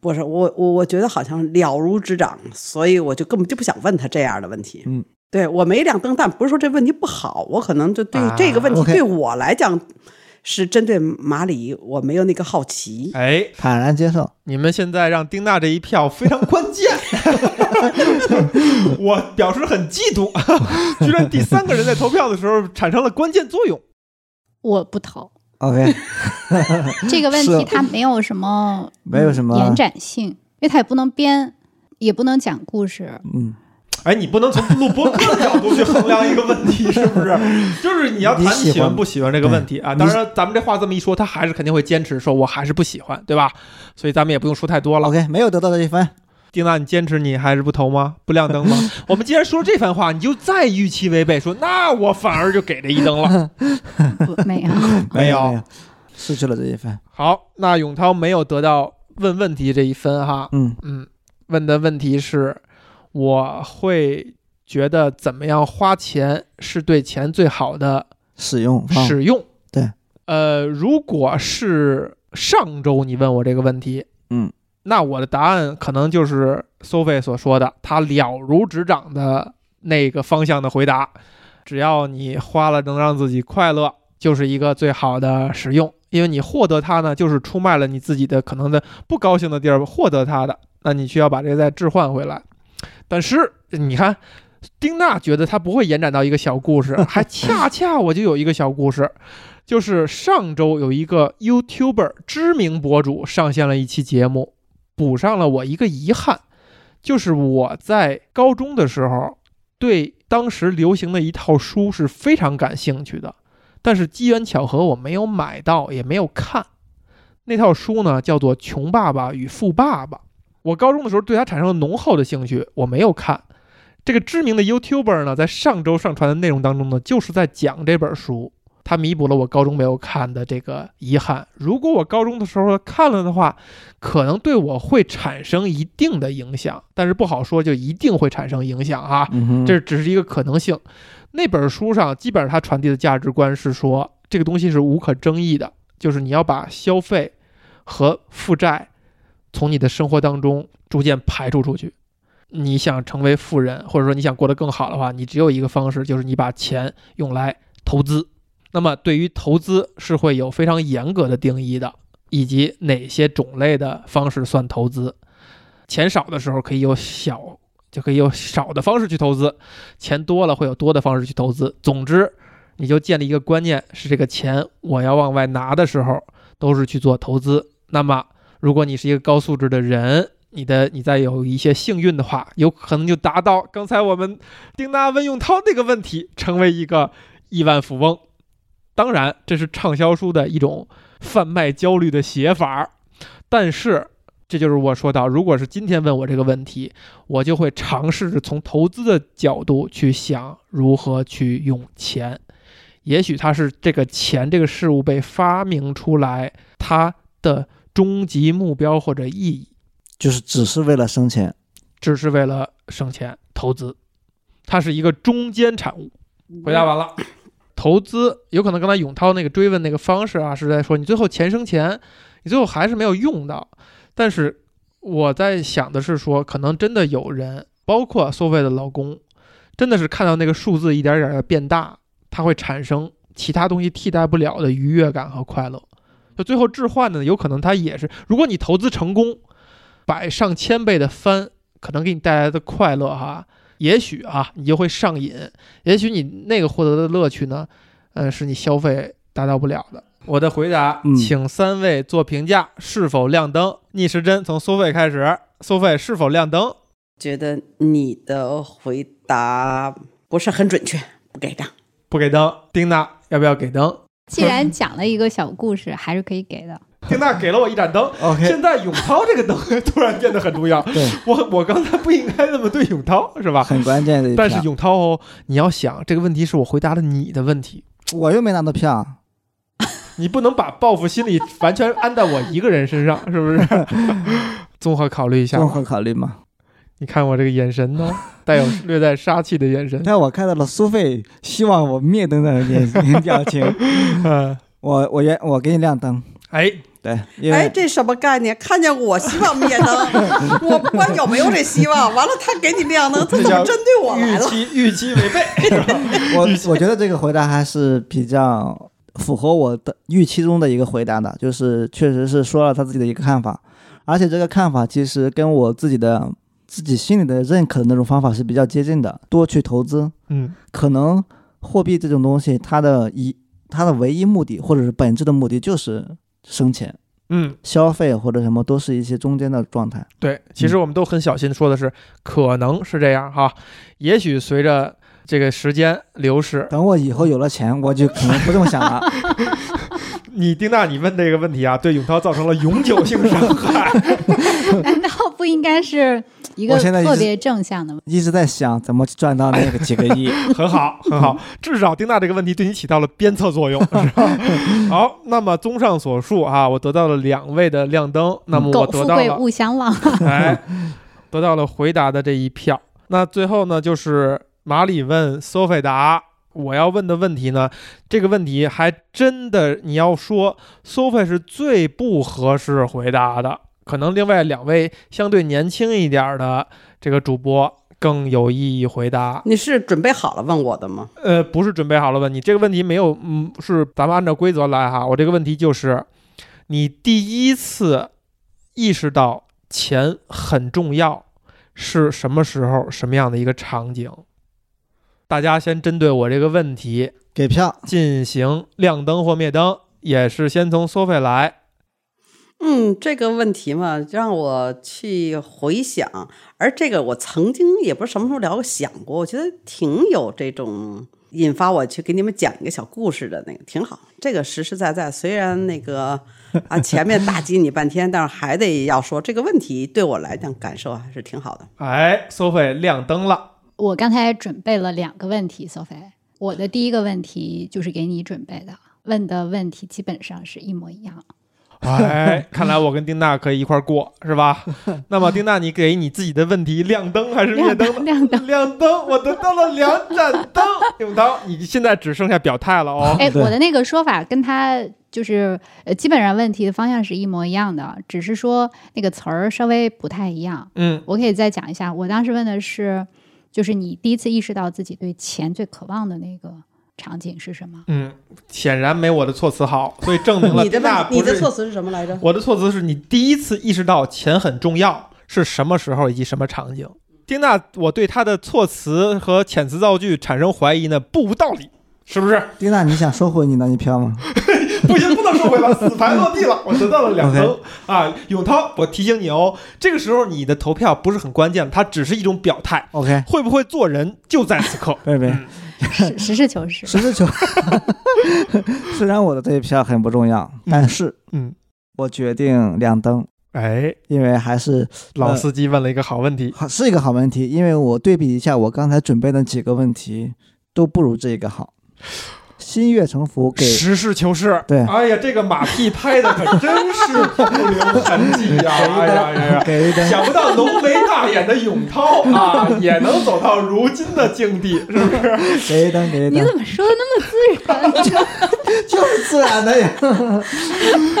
Speaker 3: 不是我我我觉得好像了如指掌，所以我就根本就不想问他这样的问题。
Speaker 5: 嗯，
Speaker 3: 对我没亮灯，但不是说这问题不好，我可能就对这个问
Speaker 5: 啊
Speaker 3: 题
Speaker 5: ，OK
Speaker 3: 对我来讲。是针对马里，我没有那个好奇。
Speaker 1: 哎，
Speaker 5: 坦然接受。
Speaker 1: 你们现在让丁娜这一票非常关 <laughs> 键，我表示很嫉妒， <laughs> 居然第三个人在投票的时候产生了关键作用。
Speaker 4: 我不投
Speaker 5: OK，
Speaker 4: 这个问
Speaker 5: 是
Speaker 4: 题，它没有什么嗯
Speaker 5: <laughs> 没有什么
Speaker 4: 延展性，因为它也不能编，也不能讲故事，
Speaker 5: 嗯，
Speaker 1: 哎，你不能从录播客的角度去衡量一个问题，是不 <laughs> 是？就是你要谈
Speaker 5: 你
Speaker 1: 你
Speaker 5: 喜欢
Speaker 1: 喜欢不喜欢这个问题啊。
Speaker 5: 对
Speaker 1: 当然，咱们这话这么一说，他还是肯定会坚持说，我还是不喜欢，对吧？所以咱们也不用说太多了。
Speaker 5: OK，没有得到这一分，
Speaker 1: 丁娜，你坚持你还是不投吗？不亮 <laughs> 灯吗？我们既然说这番话，你就再预期违背，说那我反而就给这一灯了。
Speaker 4: 不没有，
Speaker 1: 没有
Speaker 5: 有， <laughs> 没有失去了这一分。
Speaker 1: 好，那永涛没有得到问问题这一分哈，
Speaker 5: 嗯，
Speaker 1: 嗯，问的问题是，我会觉得怎么样花钱是对钱最好的
Speaker 5: 使用方
Speaker 1: 使用？
Speaker 5: 啊对，
Speaker 1: 呃，如果是上周你问我这个问题，
Speaker 5: 嗯，
Speaker 1: 那我的答案可能就是 Sophie 所说的，他了如指掌的那个方向的回答，只要你花了能让自己快乐，就是一个最好的使用。因为你获得它呢，就是出卖了你自己的可能的不高兴的地儿获得它的，那你需要把这个再置换回来。但是你看，丁娜觉得她不会延展到一个小故事，还恰恰我就有一个小故事，就是上周有一个 YouTuber 知名博主上线了一期节目，补上了我一个遗憾，就是我在高中的时候对当时流行的一套书是非常感兴趣的，但是机缘巧合我没有买到，也没有看。那套书呢叫做《穷爸爸与富爸爸》，我高中的时候对它产生了浓厚的兴趣，我没有看。这个知名的 YouTuber 呢，在上周上传的内容当中呢，就是在讲这本书，它弥补了我高中没有看的这个遗憾。如果我高中的时候看了的话，可能对我会产生一定的影响，但是不好说就一定会产生影响啊，
Speaker 5: 嗯哼，
Speaker 1: 这只是一个可能性。那本书上基本上它传递的价值观是说，这个东西是无可争议的，就是你要把消费和负债从你的生活当中逐渐排除出去。你想成为富人，或者说你想过得更好的话，你只有一个方式，就是你把钱用来投资。那么，对于投资是会有非常严格的定义的，以及哪些种类的方式算投资。钱少的时候可以有小，就可以有少的方式去投资；钱多了会有多的方式去投资。总之，你就建立一个观念，是这个钱我要往外拿的时候，都是去做投资。那么，如果你是一个高素质的人，你的你再有一些幸运的话，有可能就达到刚才我们丁娜问永涛那个问题，成为一个 <laughs> 亿万富翁。当然，这是畅销书的一种贩卖焦虑的写法儿，但是这就是我说到，如果是今天问我这个问题，我就会尝试着从投资的角度去想如何去用钱。也许它是这个钱这个事物被发明出来，它的终极目标或者意义，
Speaker 5: 就是只是为了生钱。
Speaker 1: 只是为了省钱投资，它是一个中间产物。回答完了， <coughs> 投资有可能刚才永涛那个追问那个方式啊，是在说你最后钱生钱，你最后还是没有用到。但是我在想的是说，可能真的有人，包括所谓的老公，真的是看到那个数字一点点的变大，他会产生其他东西替代不了的愉悦感和快乐。就最后置换的，有可能它也是，如果你投资成功，百上千倍的翻，可能给你带来的快乐哈、也许啊，你就会上瘾，也许你那个获得的乐趣呢，呃，是你消费达到不了的。我的回答，
Speaker 5: 嗯
Speaker 1: 请三位做评价，是否亮灯？逆时针从收费开始，收费是否亮灯？
Speaker 3: 觉得你的回答不是很准确，不给账。
Speaker 1: 不给灯。丁娜要不要给灯？
Speaker 4: 既然讲了一个小故事，还是可以给
Speaker 5: <laughs>
Speaker 4: 的。
Speaker 1: 丁娜给了我一盏灯。
Speaker 5: OK，
Speaker 1: 现在永涛这个灯 <laughs> 突然变得很重要。
Speaker 5: 对，
Speaker 1: 我我刚才不应该那么对永涛是吧？
Speaker 5: 很关键的一票。
Speaker 1: 但是永涛哦，你要想这个问题是我回答了你的问题，
Speaker 5: 我又没拿到票，
Speaker 1: 你不能把报复心理完全安在我一个人身上，是不是？ <laughs> 综合考虑一下吧，
Speaker 5: 综合考虑嘛。
Speaker 1: 你看我这个眼神呢，带有略带杀气的
Speaker 5: <laughs>
Speaker 1: 眼神。
Speaker 5: 但我看到了苏菲希望我灭灯的 <laughs> 眼表情，
Speaker 1: 嗯，
Speaker 5: 我我原我给你亮灯，
Speaker 1: 哎，
Speaker 5: 对，因
Speaker 3: 哎，
Speaker 5: 为
Speaker 3: 这什么概念？看见我希望灭
Speaker 1: <laughs>
Speaker 3: 灯，我不管有没有这希望，完了他给你亮灯，他怎么针对我来
Speaker 1: 预
Speaker 3: 了？
Speaker 1: 期预期违背。
Speaker 5: 我我觉得这个回答还是比较符合我的预期中的一个回答的，就是确实是说了他自己的一个看法，而且这个看法其实跟我自己的自己心里的认可的那种方法是比较接近的，多去投资，
Speaker 1: 嗯，
Speaker 5: 可能货币这种东西，它的一它的唯一目的或者是本质的目的就是生钱，
Speaker 1: 嗯，
Speaker 5: 消费或者什么，都是一些中间的状态。
Speaker 1: 对，其实我们都很小心说的是，可能是这样哈，也许随着这个时间流逝，
Speaker 5: 等我以后有了钱，我就可能不这么想了。 <laughs>
Speaker 1: 你丁娜，你问这个问题啊，对永涛造成了永久性伤害。
Speaker 4: 难道不应该是一个
Speaker 5: 我现在一直
Speaker 4: 特别正向的吗？
Speaker 5: 一直在想怎么赚到那个几个亿。 <laughs>
Speaker 1: <laughs> 很好，很好，至少丁娜这个问题对你起到了鞭策作用。是吧好，那么综上所述啊，我得到了两位的亮灯，那么我
Speaker 4: 苟
Speaker 1: 得
Speaker 4: 富
Speaker 1: 到
Speaker 4: 贵，
Speaker 1: 了
Speaker 4: 勿相忘。
Speaker 1: 哎， <laughs> 得到了回答的这一票。那最后呢，就是马里问索菲达，我要问的问题呢，这个问题还真的你要说索菲是最不合适回答的，可能另外两位相对年轻一点儿的这个主播更有意义回答。
Speaker 3: 你是准备好了问我的吗？
Speaker 1: 呃，不是准备好了问你这个问题没有，嗯，是咱们按照规则来哈。我这个问题就是，你第一次意识到钱很重要是什么时候，什么样的一个场景？大家先针对我这个问题
Speaker 5: 给票，
Speaker 1: 进行亮灯或灭灯，也是先从索菲来。
Speaker 3: 嗯，这个问题嘛，让我去回想，而这个我曾经也不是什么时候聊过，想过，我觉得挺有这种引发我去给你们讲一个小故事的那个，挺好。这个实实在在，虽然那个啊前面打击你半天，但是还得要说这个问题对我来讲感受还是挺好的。
Speaker 1: 哎，索菲亮灯了，
Speaker 4: 我刚才准备了两个问题，索菲。我的第一个问题就是给你准备的，问的问题基本上是一模一样。
Speaker 1: 哎，看来我跟丁娜可以一块儿过，是吧？那么丁娜，你给你自己的问题亮灯还是灭
Speaker 4: 亮
Speaker 1: 灯呢
Speaker 4: 灯？亮
Speaker 5: <laughs>
Speaker 4: 灯。
Speaker 1: <laughs> 两灯，我得到了两盏灯。永涛， <laughs> 你现在只剩下表态了哦。
Speaker 4: 哎，
Speaker 5: 对
Speaker 4: 我的那个说法跟他就是呃，基本上问题的方向是一模一样的，只是说那个词儿稍微不太一样。
Speaker 1: <laughs> 嗯
Speaker 4: 我可以再讲一下，我当时问的是，就是你第一次意识到自己对钱最渴望的那个场景是什么？
Speaker 3: <laughs>
Speaker 1: 嗯，显然没我的措辞好，所以证明了
Speaker 3: 你
Speaker 1: <laughs>
Speaker 3: 的
Speaker 1: 那
Speaker 3: 问，你
Speaker 1: 不
Speaker 3: 的
Speaker 1: 是
Speaker 3: 措辞是什么来着？
Speaker 1: 我的措辞是你第一次意识到钱很重要是什么时候以及什么场景。丁娜，我对她的措辞和遣词造句产生怀疑呢，不无道理，是不是？
Speaker 5: 丁娜，你想收回你那一票吗？
Speaker 1: <laughs> 不行，不能收回了，死牌落地 <laughs> 了，我得到了两灯
Speaker 5: OK
Speaker 1: 啊！永涛，我提醒你哦，这个时候你的投票不是很关键，它只是一种表态，
Speaker 5: OK，
Speaker 1: 会不会做人就在此刻。
Speaker 5: 贝贝，
Speaker 4: 实实事求是。
Speaker 5: 实
Speaker 1: <laughs>
Speaker 5: 事求是。虽然我的这一票很不重要，但是
Speaker 1: 嗯，
Speaker 5: 我决定亮灯，
Speaker 1: 哎，
Speaker 5: 因为还是
Speaker 1: 老司机问了一个好问题。
Speaker 5: 好是一个好问题。因为我对比一下我刚才准备的几个问题，都不如这个好。心悦诚服给
Speaker 1: 实事求是，
Speaker 5: 对
Speaker 1: <laughs> 哎呀，这个马屁拍的可真是不留痕迹呀！哎呀哎呀，
Speaker 5: 给
Speaker 1: 哎
Speaker 5: 一
Speaker 1: 呀 <laughs>
Speaker 5: 灯，
Speaker 1: 想不到浓眉大眼的永涛啊，也能走到如今的境地，是不是？
Speaker 5: 给一灯，给一
Speaker 4: 你
Speaker 5: 灯，
Speaker 4: 怎么说的那么自然呢？
Speaker 5: 就是自然
Speaker 1: <laughs>
Speaker 5: 的呀，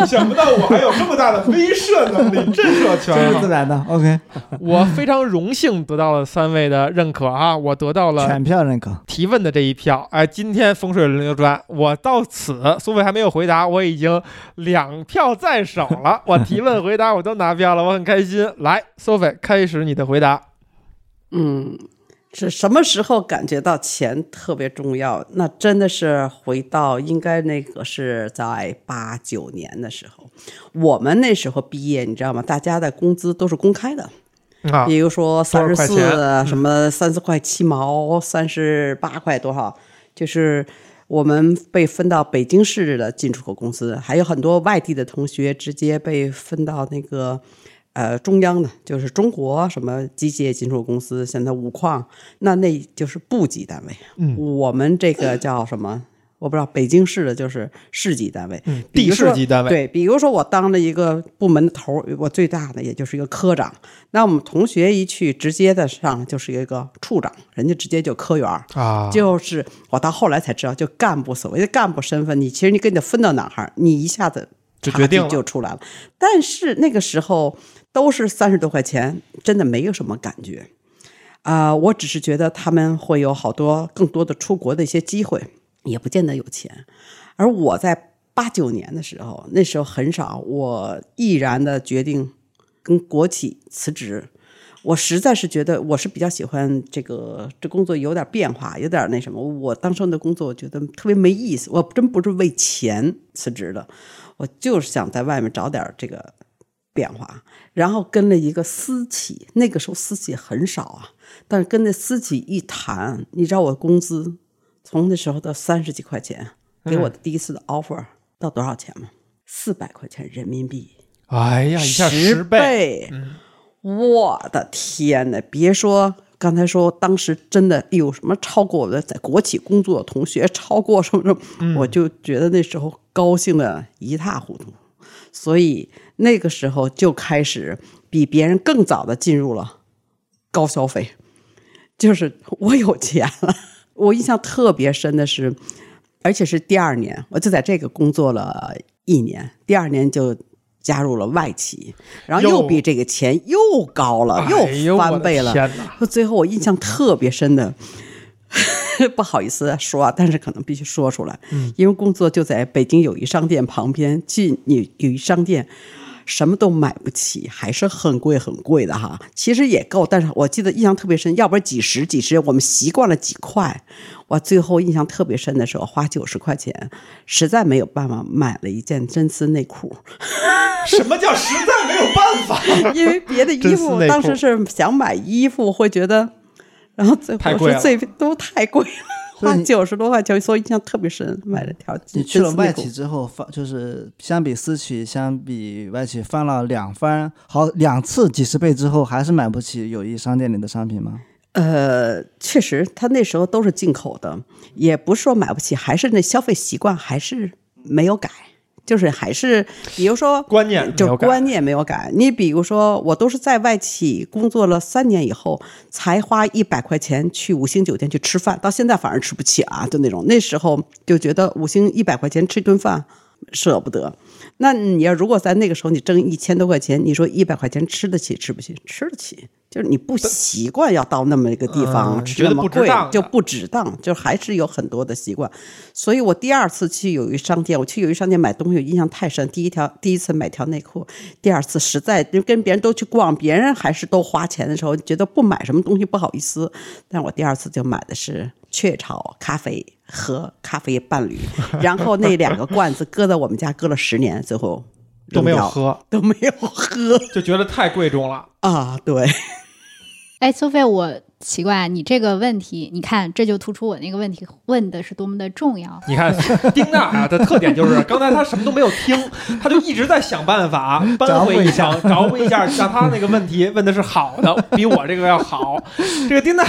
Speaker 1: 想不到我还有这么大的威慑能力，震慑
Speaker 5: 就
Speaker 1: 权
Speaker 5: 是自
Speaker 1: 啊！
Speaker 5: 然的。OK，
Speaker 1: 我非常荣幸得到了三位的认可啊，我得到了
Speaker 5: 全票认可。
Speaker 1: 提问的这一票，哎，今天风水轮流转，我到此，苏菲还没有回答，我已经两票在手了，我提问回答我都拿票了，我很开心。来，苏菲，开始你的回答。
Speaker 3: 嗯，是什么时候感觉到钱特别重要？那真的是回到应该那个是在八九年的时候，我们那时候毕业，你知道吗？大家的工资都是公开的，
Speaker 1: 啊，
Speaker 3: 比如说三
Speaker 1: 多
Speaker 3: 十
Speaker 1: 少块
Speaker 3: 四
Speaker 1: 钱
Speaker 3: 什么三四块七毛，三十八块多少，就是我们被分到北京市的进出口公司，还有很多外地的同学直接被分到那个。呃，中央的，就是中国什么机械进出口公司，现在五矿，那那就是部级单位。嗯，我们这个叫什么？我不知道，北京市的就是市级单位，比如说
Speaker 1: 嗯地市级单位
Speaker 3: 对，比如说我当了一个部门的头儿，我最大的也就是一个科长。那我们同学一去，直接的上就是一个处长，人家直接就科员儿。
Speaker 1: 啊
Speaker 3: 就是我到后来才知道，就干部所谓的干部身份，你其实你跟你分到哪儿，你一下子
Speaker 1: 就
Speaker 3: 差
Speaker 1: 决
Speaker 3: 距
Speaker 1: 定了
Speaker 3: 就出来了。但是那个时候都是三十多块钱，真的没有什么感觉啊、我只是觉得他们会有好多更多的出国的一些机会，也不见得有钱。而我在八九年的时候，那时候很少，我毅然的决定跟国企辞职。我实在是觉得我是比较喜欢这个这工作有点变化，有点那什么。我当时的工作我觉得特别没意思，我真不是为钱辞职的，我就是想在外面找点儿这个变化，然后跟了一个私企，那个时候私企很少啊，但是跟那私企一谈，你知道我工资从那时候的三十几块钱，给我的第一次的 offer 到多少钱吗？四百块钱人民币，
Speaker 1: 哎呀，一下
Speaker 3: 十
Speaker 1: 十倍，嗯
Speaker 3: 倍，我的天呐，别说刚才说，当时真的有什么超过我的在国企工作的同学，超过什么什么，
Speaker 1: 嗯
Speaker 3: 我就觉得那时候高兴的一塌糊涂。所以那个时候就开始比别人更早的进入了高消费，就是我有钱了。我印象特别深的是，而且是第二年，我就在这个工作了一年，第二年就加入了外企，然后又
Speaker 1: 哟
Speaker 3: 比这个钱又高了，
Speaker 1: 哎呦
Speaker 3: 又
Speaker 1: 我的
Speaker 3: 翻倍了。
Speaker 1: 天哪！
Speaker 3: 最后我印象特别深的， <laughs> 不好意思说啊，但是可能必须说出来，
Speaker 1: 嗯
Speaker 3: 因为工作就在北京友谊商店旁边，进友友谊商店。什么都买不起，还是很贵很贵的哈。其实也够，但是我记得印象特别深，要不然几十几十，我们习惯了几块。我最后印象特别深的时候，花九十块钱，实在没有办法买了一件真丝内裤，
Speaker 1: <laughs> 什么叫实在没有办法？
Speaker 3: <laughs> 因为别的衣
Speaker 1: 真丝
Speaker 3: 服
Speaker 1: 内裤
Speaker 3: 当时是想买衣服，会觉得，然后最
Speaker 1: 太
Speaker 3: 后
Speaker 1: 贵
Speaker 3: 说
Speaker 1: 了
Speaker 3: 最都太贵了，
Speaker 5: 所以
Speaker 3: 花
Speaker 5: 你
Speaker 3: 九十多块钱，所以印象特别深，买了条
Speaker 5: 你
Speaker 3: 真
Speaker 5: 去了
Speaker 3: 丝内
Speaker 5: 外
Speaker 3: 裤
Speaker 5: 企。之后，翻就是相比私企，相比外企翻了两番，好两次几十倍之后，还是买不起友谊商店里的商品吗？
Speaker 3: 呃，确实，他那时候都是进口的，也不是说买不起，还是那消费习惯还是没有改，就是还是比如说
Speaker 1: 观念没
Speaker 3: 就
Speaker 1: 有改
Speaker 3: 观念没有改。你比如说，我都是在外企工作了三年以后，才花一百块钱去五星酒店去吃饭，到现在反而吃不起啊，就那种。那时候就觉得五星一百块钱吃顿饭舍不得。那你要如果在那个时候你挣一千多块钱，你说一百块钱吃得起吃不起？吃得起，就是你不习惯要到那么一个地方、
Speaker 1: 嗯
Speaker 3: 吃
Speaker 1: 觉得
Speaker 3: 那么
Speaker 1: 不值
Speaker 3: 贵
Speaker 1: 当啊的
Speaker 3: 就不值当，就还是有很多的习惯。所以我第二次去友谊商店，我去友谊商店买东西，我印象太深。第一条第一次买条内裤，第二次实在就跟别人都去逛，别人还是都花钱的时候，觉得不买什么东西不好意思。但我第二次就买的是雀巢咖啡和咖啡伴侣，然后那两个罐子搁在我们家搁了十年，最后
Speaker 1: 都没有
Speaker 3: 扔掉
Speaker 1: 喝，
Speaker 3: 都没有喝
Speaker 1: 就觉得太贵重了。
Speaker 3: 啊！
Speaker 4: <laughs>
Speaker 3: 对，
Speaker 4: <laughs> 哎，苏菲，我奇怪你这个问题，你看这就突出我那个问题问的是多么的重要。
Speaker 1: 你看丁娜啊，的特点就是刚才她什么都没有听，她就一直在想办法扳回一城，找补一下，让她那个问题问的是好的，比我这个要好。这个丁娜，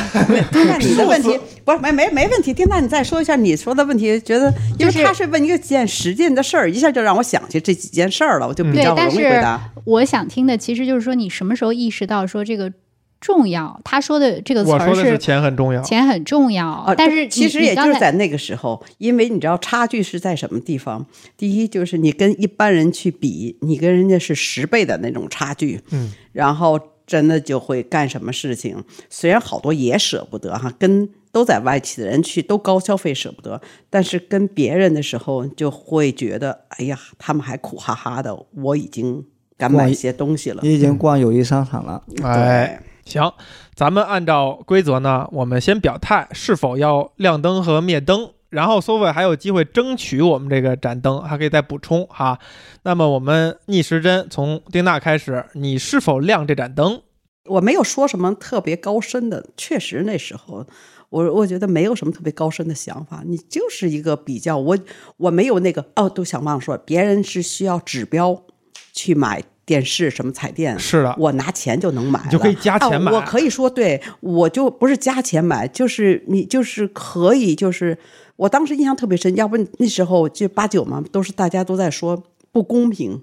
Speaker 3: 那你的问题不是没没没问题，丁娜，你再说一下你说的问题，觉得因为他是问一个件实践的事儿，一下就让我想起这几件事儿了，我就比
Speaker 4: 对
Speaker 3: 较，容
Speaker 4: 但
Speaker 3: 易
Speaker 4: 是
Speaker 3: 回答。
Speaker 4: 我想听的其实就是说，你什么时候意识到说这个重要？他说的这个词
Speaker 1: 我
Speaker 4: 儿
Speaker 1: 说的是
Speaker 4: 是
Speaker 1: 钱很重要，
Speaker 4: 钱很重要
Speaker 3: 啊，，
Speaker 4: 但是
Speaker 3: 其
Speaker 4: 你
Speaker 3: 实
Speaker 4: 你
Speaker 3: 也就
Speaker 4: 刚
Speaker 3: 是
Speaker 4: 才
Speaker 3: 在那个时候，因为你知道差距是在什么地方？第一就是你跟一般人去比，你跟人家是十倍的那种差距，嗯，然后真的就会干什么事情。虽然好多也舍不得哈，跟都在外企的人去都高消费舍不得，但是跟别人的时候就会觉得，哎呀，他们还苦哈哈的，我已经敢买一些东西了。
Speaker 5: 你已经逛友谊商场了，
Speaker 1: 哎，行，咱们按照规则呢，我们先表态是否要亮灯和灭灯，然后 Sophie 还有机会争取我们这个盏灯，还可以再补充哈。那么我们逆时针从丁娜开始，你是否亮这盏灯？
Speaker 3: 我没有说什么特别高深的，确实那时候我我觉得没有什么特别高深的想法，你就是一个比较，我我没有那个哦，都想忘了说，别人是需要指标去买电视什么彩电，
Speaker 1: 是的
Speaker 3: 我拿钱就能买了，
Speaker 1: 啊你就可以加钱买
Speaker 3: 啊我可以说，对我就不是加钱买，就是你就是可以就是。我当时印象特别深，要不那时候就八九嘛，都是大家都在说不公平。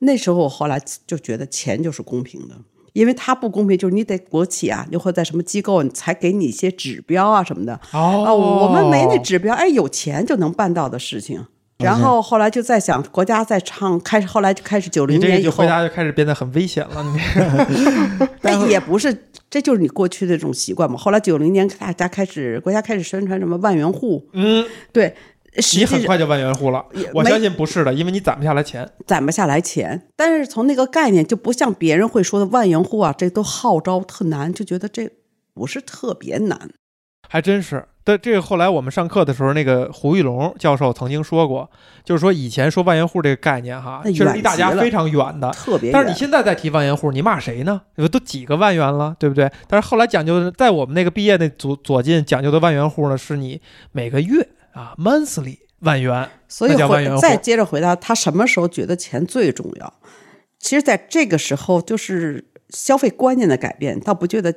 Speaker 3: 那时候我后来就觉得钱就是公平的，因为它不公平，就是你得国企啊，又或在什么机构，你才给你一些指标啊什么的。
Speaker 1: 哦
Speaker 3: 啊，我们没那指标，哎，有钱就能办到的事情。然后后来就在想，国家在唱，开始后来就开始九
Speaker 1: 你
Speaker 3: 零
Speaker 1: 这
Speaker 3: 年
Speaker 1: 个
Speaker 3: 以
Speaker 1: 就
Speaker 3: 后
Speaker 1: 回，答就开始变得很危险了，
Speaker 3: <laughs>
Speaker 1: 你
Speaker 3: 但也不是，这就是你过去的这种习惯嘛。后来九零年大家开始，国家开始宣传什么万元户，
Speaker 1: 嗯，
Speaker 3: 对，实
Speaker 1: 你
Speaker 3: 际
Speaker 1: 很
Speaker 3: 上
Speaker 1: 快就万元户了
Speaker 3: 也。
Speaker 1: 我
Speaker 3: 没
Speaker 1: 相信不是的，因为你攒不下来钱。
Speaker 3: 攒不下来钱。但是从那个概念，就不像别人会说的万元户啊，这都号召特难，就觉得这不是特别难。
Speaker 1: 还真是。但这个后来我们上课的时候，那个胡玉龙教授曾经说过，就是说以前说万元户这个概念哈，
Speaker 3: 那
Speaker 1: 确实离
Speaker 3: 远
Speaker 1: 大家
Speaker 3: 极了
Speaker 1: 非常远的。
Speaker 3: 特别远。
Speaker 1: 啊但是你现在再提万元户，你骂谁呢？有都几个万元了，对不对？但是后来讲究的，在我们那个毕业那组左进讲究的万元户呢，是你每个月啊 monthly 万元，
Speaker 3: 所以
Speaker 1: 那叫万
Speaker 3: 回
Speaker 1: 元户
Speaker 3: 再接着回答他什么时候觉得钱最重要？其实，在这个时候，就是消费观念的改变，倒不觉得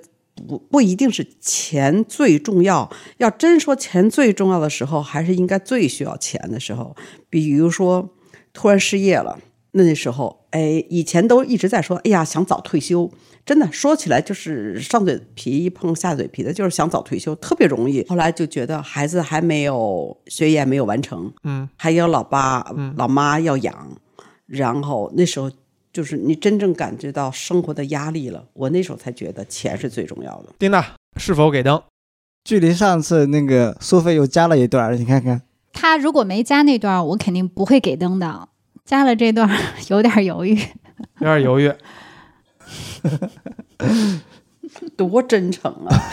Speaker 3: 不不一定是钱最重要。要真说钱最重要的时候，还是应该最需要钱的时候。比如说，突然失业了，那那时候，哎，以前都一直在说，哎呀，想早退休。真的说起来就是上嘴皮一碰下嘴皮的，就是想早退休，特别容易。后来就觉得孩子还没有学业没有完成，还有老爸、
Speaker 1: 嗯
Speaker 3: 老妈要养，然后那时候就是你真正感觉到生活的压力了。我那时候才觉得钱是最
Speaker 1: <laughs>
Speaker 3: 重要的。
Speaker 1: 丁娜是否给灯？
Speaker 5: 距离上次那个苏菲又加了一段儿，你看看，
Speaker 4: 他如果没加那段儿，我肯定不会给灯的。加了这段儿 <laughs> 有点儿犹豫，
Speaker 1: 有点犹豫。
Speaker 3: 多真诚啊！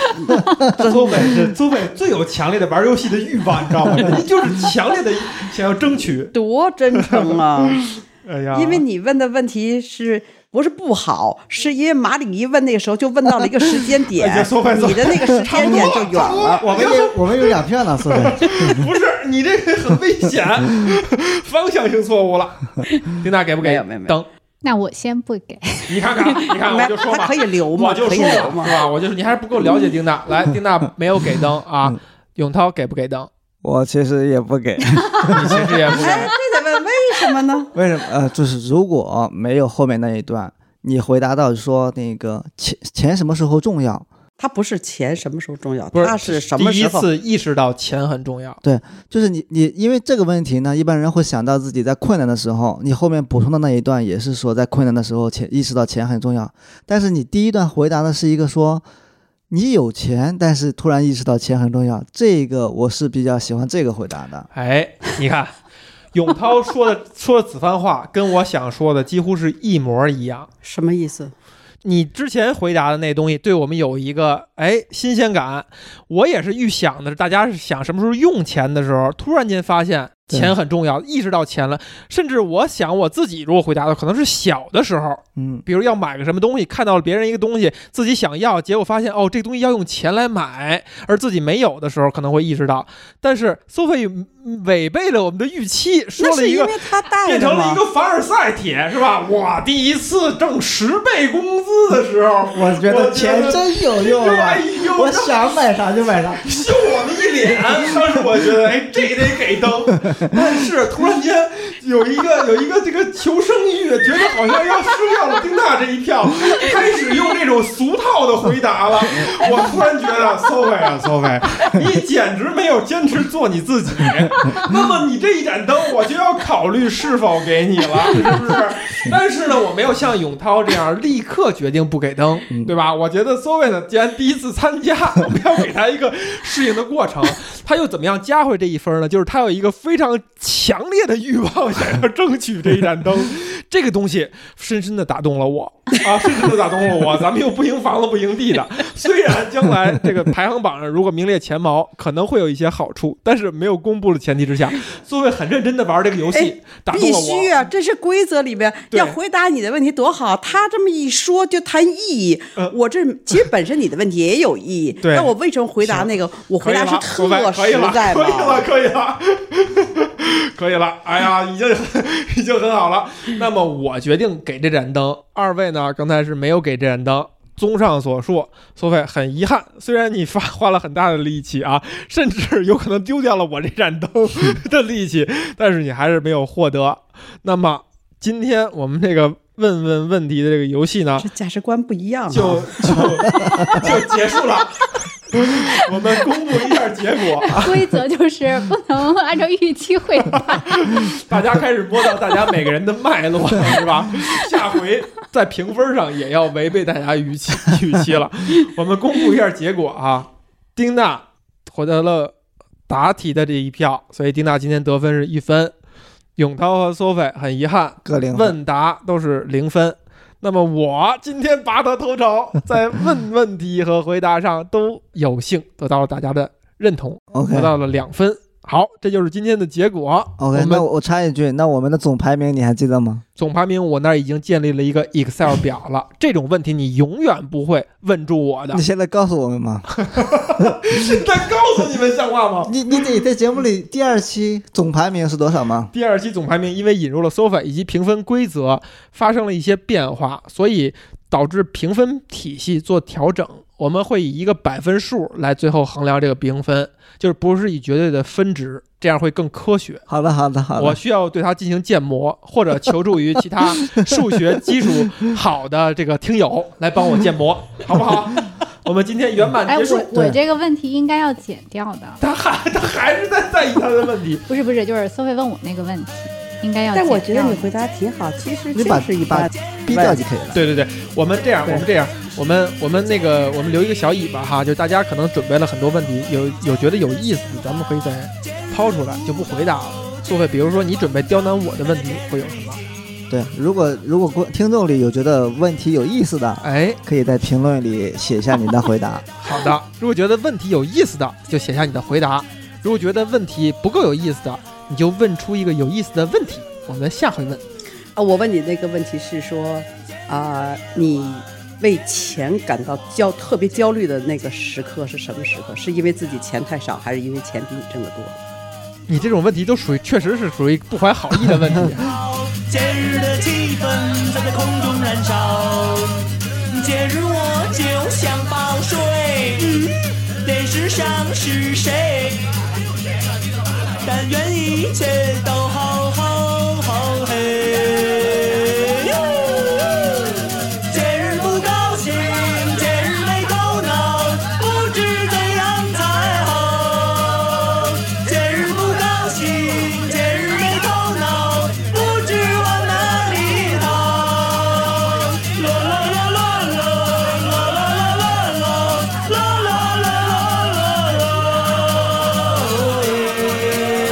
Speaker 1: 苏北是苏北最有强烈的玩游戏的欲望，你知道吗？
Speaker 6: <laughs>
Speaker 1: 人家就是强烈的想要争取。
Speaker 3: <laughs> 多真诚啊！
Speaker 1: <laughs> 哎呀，
Speaker 3: <laughs> 因为你问的问题是不是不好，是因为马里一问那个时候就问到了一个时间点
Speaker 1: <laughs> 哎呀说快，说
Speaker 3: 你的那个时间点就远
Speaker 1: 啊
Speaker 3: 了。
Speaker 5: 我们有我们有两票呢，苏菲。
Speaker 1: 不是你这个很危险，啊 <laughs> 方向性错误了。丁娜给不给？
Speaker 3: 没有没有没有
Speaker 1: 灯，
Speaker 4: 那我先不给。
Speaker 1: 你看看，你看，
Speaker 3: 没
Speaker 1: 我就说
Speaker 3: 他
Speaker 1: 嘛
Speaker 3: 可，以留吗？
Speaker 1: 我就
Speaker 3: 可以
Speaker 1: 说
Speaker 3: 留
Speaker 1: 嘛，
Speaker 3: 吗
Speaker 1: 是？吧？我就是你还是不够了解丁娜。来，丁娜没有给灯
Speaker 3: 嗯
Speaker 1: 啊。永涛给不给灯？
Speaker 5: <laughs> 我其实也不给，
Speaker 1: 你 <laughs> 其实也不
Speaker 3: 哎，
Speaker 1: 给。
Speaker 3: 这得问为什么呢？
Speaker 5: 为什么？呃，就是如果没有后面那一段，你回答到说那个钱钱什么时候重要？
Speaker 3: 他不是钱什么时候重要，
Speaker 1: 不是
Speaker 3: 他是什么
Speaker 1: 第
Speaker 3: 时
Speaker 1: 一
Speaker 3: 候
Speaker 1: 次意识到钱很重要，
Speaker 5: 就是你你因为这个问题呢，一般人会想到自己在困难的时候，你后面补充的那一段也是说在困难的时候钱意识到钱很重要，但是你第一段回答的是一个说你有钱，但是突然意识到钱很重要，这个我是比较喜欢这个回答的。
Speaker 1: 哎，你看，永涛说的 <laughs> 说的此番话，跟我想说的几乎是一模一样。
Speaker 3: 什么意思？
Speaker 1: 你之前回答的那东西，对我们有一个哎新鲜感。我也是预想的，大家是想什么时候用钱的时候，突然间发现
Speaker 5: 对
Speaker 1: 钱很重要，意识到钱了。甚至我想我自己如果回答的，可能是小的时候，
Speaker 5: 嗯，
Speaker 1: 比如要买个什么东西，看到了别人一个东西，自己想要，结果发现哦，这东西要用钱来买，而自己没有的时候，可能会意识到。但是苏菲嗯违背了我们的预期，说了
Speaker 3: 那是
Speaker 1: 一
Speaker 3: 因
Speaker 1: 个
Speaker 3: 为他带
Speaker 1: 变
Speaker 3: 着
Speaker 1: 成了一
Speaker 3: 嘛。
Speaker 1: 个凡尔赛帖，是吧？我第一次挣十倍工资的时候，
Speaker 5: 我觉
Speaker 1: 得
Speaker 5: 得
Speaker 1: 钱
Speaker 5: 钱真有用啊 <laughs>
Speaker 1: 哎！呦，
Speaker 5: 我想买啥就买啥。
Speaker 1: 秀我们一脸。当时我觉得，哎，这得给灯。但是突然间有一个有一个这个求生欲，觉得好像要输掉了丁娜这一票，开始用这种俗套的回答了。我突然觉得，苏菲啊，苏菲，你简直没有坚持做你自己。 <laughs> 那么你这一盏灯，我就要考虑是否给你了，是不是？但是呢，我没有像永涛这样立刻决定不给灯，对吧？我觉得所谓的既然第一次参加，我们要给他一个适应的过程。他又怎么样加回这一分呢？就是他有一个非常强烈的欲望，想要争取这一盏灯。这个东西深深的打动了我啊，深深的打动了我。咱们又不赢房子不赢地的，虽然将来这个排行榜上如果名列前茅，可能会有一些好处，但是没有公布的前提之下，作为很认真的玩这个游戏，打动
Speaker 3: 哎必
Speaker 1: 了我。
Speaker 3: 须啊，这是规则里边
Speaker 1: 对
Speaker 3: 要回答你的问题多好。他这么一说就谈意义，
Speaker 1: 呃
Speaker 3: 我这其实本身你的问题也有意义。
Speaker 1: <laughs> 对
Speaker 3: 那我为什么回答那个？我
Speaker 1: 可
Speaker 3: 回
Speaker 1: 以
Speaker 3: 答
Speaker 1: 了，
Speaker 3: 是
Speaker 1: 我们
Speaker 3: 特
Speaker 1: 可以
Speaker 3: 实
Speaker 1: 了，
Speaker 3: 在
Speaker 1: 可以了，
Speaker 3: 嘛？
Speaker 1: 可以了， <laughs> 可以了。哎呀，已经 <laughs> 已经很好了。那么我决定给这盏灯，二位呢刚才是没有给这盏灯。综上所述，苏菲很遗憾，虽然你发花了很大的力气啊， <laughs> 甚至有可能丢掉了我这盏灯 <laughs> 的力气，但是你还是没有获得。那么今天我们这个问问问题的这个游戏呢，
Speaker 3: 这价值观不一样
Speaker 1: <laughs>
Speaker 3: 啊。
Speaker 1: 就就就结束了。 <laughs> 我们公布一下结果，
Speaker 4: <laughs> 规则就是不能按照预期回
Speaker 3: <laughs>
Speaker 4: 答。
Speaker 1: <laughs> 大家开始摸到大家每个人的脉络，是吧？下回在评分上也要违背大家预期预期了。我们公布一下结果啊，丁娜获得了答题的这一票，所以丁娜今天得分是一分。永涛和索菲很遗憾，
Speaker 5: <laughs> 各零分
Speaker 1: 问答都是零分。那么我今天拔得头筹，在问问题和回答上都有幸得到了大家的认同，得
Speaker 5: OK
Speaker 1: 到了两分。好，这就是今天的结果。
Speaker 5: OK，
Speaker 1: 我
Speaker 5: 那
Speaker 1: 们
Speaker 5: 我我插一句，那我们的总排名你还记得吗？
Speaker 1: 总排名我那儿已经建立了一个 Excel 表了。这种问题你永远不会问住我的
Speaker 5: 你。现在告诉我们嘛？
Speaker 1: 但告诉你们像话吗？
Speaker 5: 你你得在节目里第二期总排名是多少吗？
Speaker 1: 第二期总排名因为引入了 SOFA 以及评分规则发生了一些变化，所以导致评分体系做调整。我们会以一个百分数来最后衡量这个评分，就是不是以绝对的分值，这样会更科学。
Speaker 5: 好的，好的，好
Speaker 1: 我
Speaker 5: 的。
Speaker 1: 需要对它进行建模，或者求助于其他数学基础好的这个听友来帮我建模，好不好？ <laughs> 我们今天圆满
Speaker 4: 哎，
Speaker 1: 结束
Speaker 4: 我。我
Speaker 5: 对
Speaker 4: 这个问题应该要剪掉的，
Speaker 1: 他还他还是在在意他的问题。
Speaker 4: 不是不是，就是苏菲问我那个问题，应该要剪
Speaker 3: 但
Speaker 4: 掉的。
Speaker 3: 我觉得你回答挺好，其实
Speaker 5: 你把
Speaker 3: 就是一
Speaker 5: 把
Speaker 3: 般。
Speaker 5: 逼掉就可以了。
Speaker 1: <laughs> 对对对，我们这样，我
Speaker 3: 对
Speaker 1: 们这样，我们我们那个，我们留一个小尾巴哈，就大家可能准备了很多问题，有有觉得有意思的，咱们可以再抛出来，就不回答了。苏菲，比如说你准备刁难我的问题会有什么？
Speaker 5: 对，如果如果观听众里有觉得问题有意思的，
Speaker 1: 哎，
Speaker 5: 可以在评论里写下你的回答。
Speaker 1: 好 <laughs> 的，如果觉得问题有意思的，就写下你的回答；如果觉得问题不够有意思的，你就问出一个有意思的问题，我们下回问。
Speaker 3: 啊，我问你那个问题是说，啊、你为钱感到焦特别焦虑的那个时刻是什么时刻？是因为自己钱太少，还是因为钱比你挣得多？
Speaker 1: 你这种问题都属于确实是属于不怀好意的问题。啊
Speaker 2: 节日的气氛在这空中燃烧，节日我就想报税。嗯，电视上是谁？但愿一切都好好好嘿。节日不高兴，节日没头脑，不知怎样才好。节日不高兴，节日没头脑，不知往哪里逃。啦啦啦啦啦啦啦啦啦啦啦啦啦啦啦。